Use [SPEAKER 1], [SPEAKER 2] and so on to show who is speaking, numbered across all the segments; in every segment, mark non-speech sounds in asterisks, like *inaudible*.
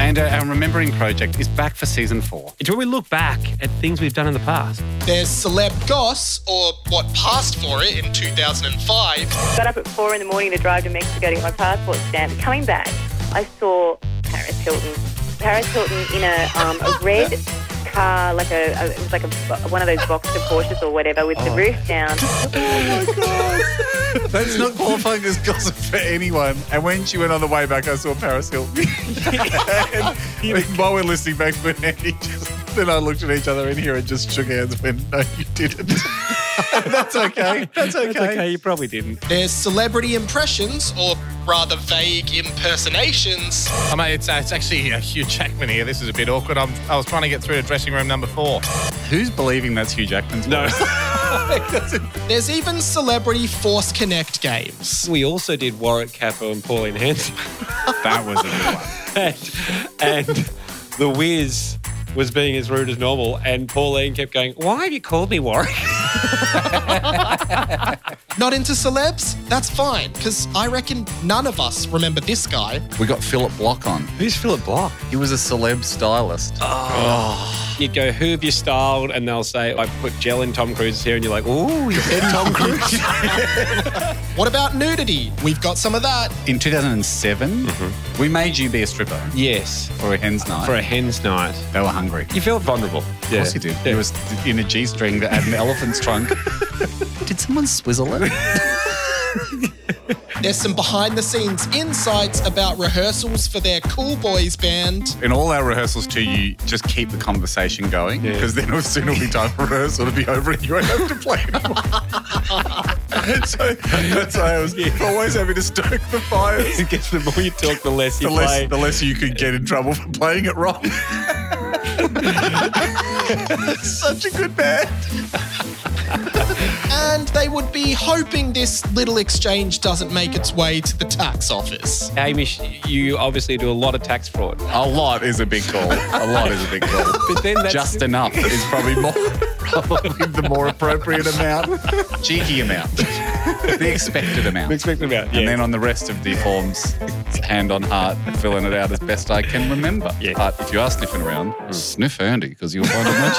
[SPEAKER 1] And uh, our Remembering Project is back for season four.
[SPEAKER 2] It's where we look back at things we've done in the past.
[SPEAKER 3] There's Celeb Goss, or what passed for it in 2005.
[SPEAKER 4] Got up at four in the morning to drive to Mexico to get my passport stamped. Coming back, I saw Paris Hilton. Paris Hilton in a, um, a red car, like a, a it was like a, one of those boxer Porsches or whatever, with the roof down.
[SPEAKER 1] That's not qualifying as gossip for anyone. And when she went on the way back, I saw Paris Hilton. *laughs* and while we're listening back to it, Andy just, then I looked at each other in here and just shook hands and went, no, you didn't. *laughs* That's okay. That's okay.
[SPEAKER 2] It's okay, you probably didn't.
[SPEAKER 3] There's Celebrity Impressions, or rather vague impersonations.
[SPEAKER 5] I mean, it's, uh, it's actually uh, Hugh Jackman here. This is a bit awkward. I'm, I was trying to get through to dressing room number four.
[SPEAKER 1] Who's believing that's Hugh Jackman's No.
[SPEAKER 5] *laughs*
[SPEAKER 3] There's even Celebrity Force Connect games.
[SPEAKER 2] We also did Warwick Capo and Pauline Hanson.
[SPEAKER 1] *laughs* that was a good one.
[SPEAKER 2] and, and the whiz was being as rude as normal. And Pauline kept going, Why have you called me Warwick? *laughs*
[SPEAKER 3] Not into celebs? That's fine, because I reckon none of us remember this guy.
[SPEAKER 6] We got Philip Block on.
[SPEAKER 2] Who's Philip Block?
[SPEAKER 6] He was a celeb stylist.
[SPEAKER 5] *laughs*
[SPEAKER 2] You'd go, Who have you styled? And they'll say, I put gel in Tom Cruise's hair. And you're like, Ooh,
[SPEAKER 1] *laughs*
[SPEAKER 2] you said Tom Cruise.
[SPEAKER 3] What about nudity? We've got some of that.
[SPEAKER 1] In 2007,
[SPEAKER 5] Mm-hmm.
[SPEAKER 1] we made you be a stripper
[SPEAKER 2] yes,
[SPEAKER 1] for a hen's night.
[SPEAKER 2] for a hen's night.
[SPEAKER 1] they were hungry.
[SPEAKER 2] You felt vulnerable.
[SPEAKER 1] Of course you did. It was in a G string that had an elephant's trunk.
[SPEAKER 6] Did someone swizzle it?
[SPEAKER 3] There's some behind the scenes insights about rehearsals for their Cool Boys band.
[SPEAKER 1] In all our rehearsals, too, you just keep the conversation going because then as soon as it'll be time for rehearsal to be over and you won't have to play anymore. *laughs* so that's why I was always having to stoke the fires.
[SPEAKER 2] *laughs* *laughs* It gets the more you talk, the less you
[SPEAKER 1] The less,
[SPEAKER 2] play.
[SPEAKER 1] the less you could get in trouble for playing it wrong. *laughs* Such a good band.
[SPEAKER 3] And they would be hoping this little exchange doesn't make its way to the tax office.
[SPEAKER 2] Hamish, you obviously do a lot of tax fraud.
[SPEAKER 1] A lot is a big call. A lot is a big call.
[SPEAKER 2] But then that's
[SPEAKER 1] Just enough is probably *laughs* more probably the more appropriate amount. Cheeky amount. The expected amount.
[SPEAKER 2] expected about. Yeah.
[SPEAKER 1] And then on the rest of the forms, it's hand on heart, filling it out as best I can remember.
[SPEAKER 2] Yeah.
[SPEAKER 1] But if you are sniffing around, sniff Andy because you'll find a *laughs* much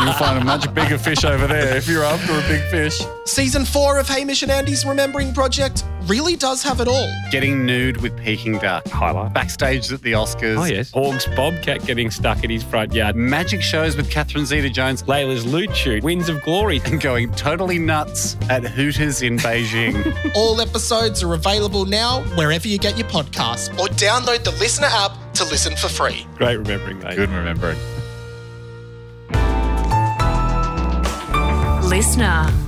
[SPEAKER 1] you'll find a much bigger fish over there if you're after a big fish.
[SPEAKER 3] Season four of Hamish and Andy's Remembering Project really does have it all.
[SPEAKER 1] Getting nude with Peking duck.
[SPEAKER 2] Highlight.
[SPEAKER 1] Backstage at the Oscars.
[SPEAKER 2] Oh, yes. Org's Bobcat getting stuck in his front yard.
[SPEAKER 1] Magic shows with Catherine Zeta-Jones.
[SPEAKER 2] Layla's loot shoot. Winds of glory.
[SPEAKER 1] and going totally nuts at Hooters in *laughs* Beijing.
[SPEAKER 3] All episodes are available now wherever you get your podcasts or download the Listener app to listen for free.
[SPEAKER 2] *laughs* Great remembering, mate.
[SPEAKER 1] Good remembering.
[SPEAKER 7] Listener.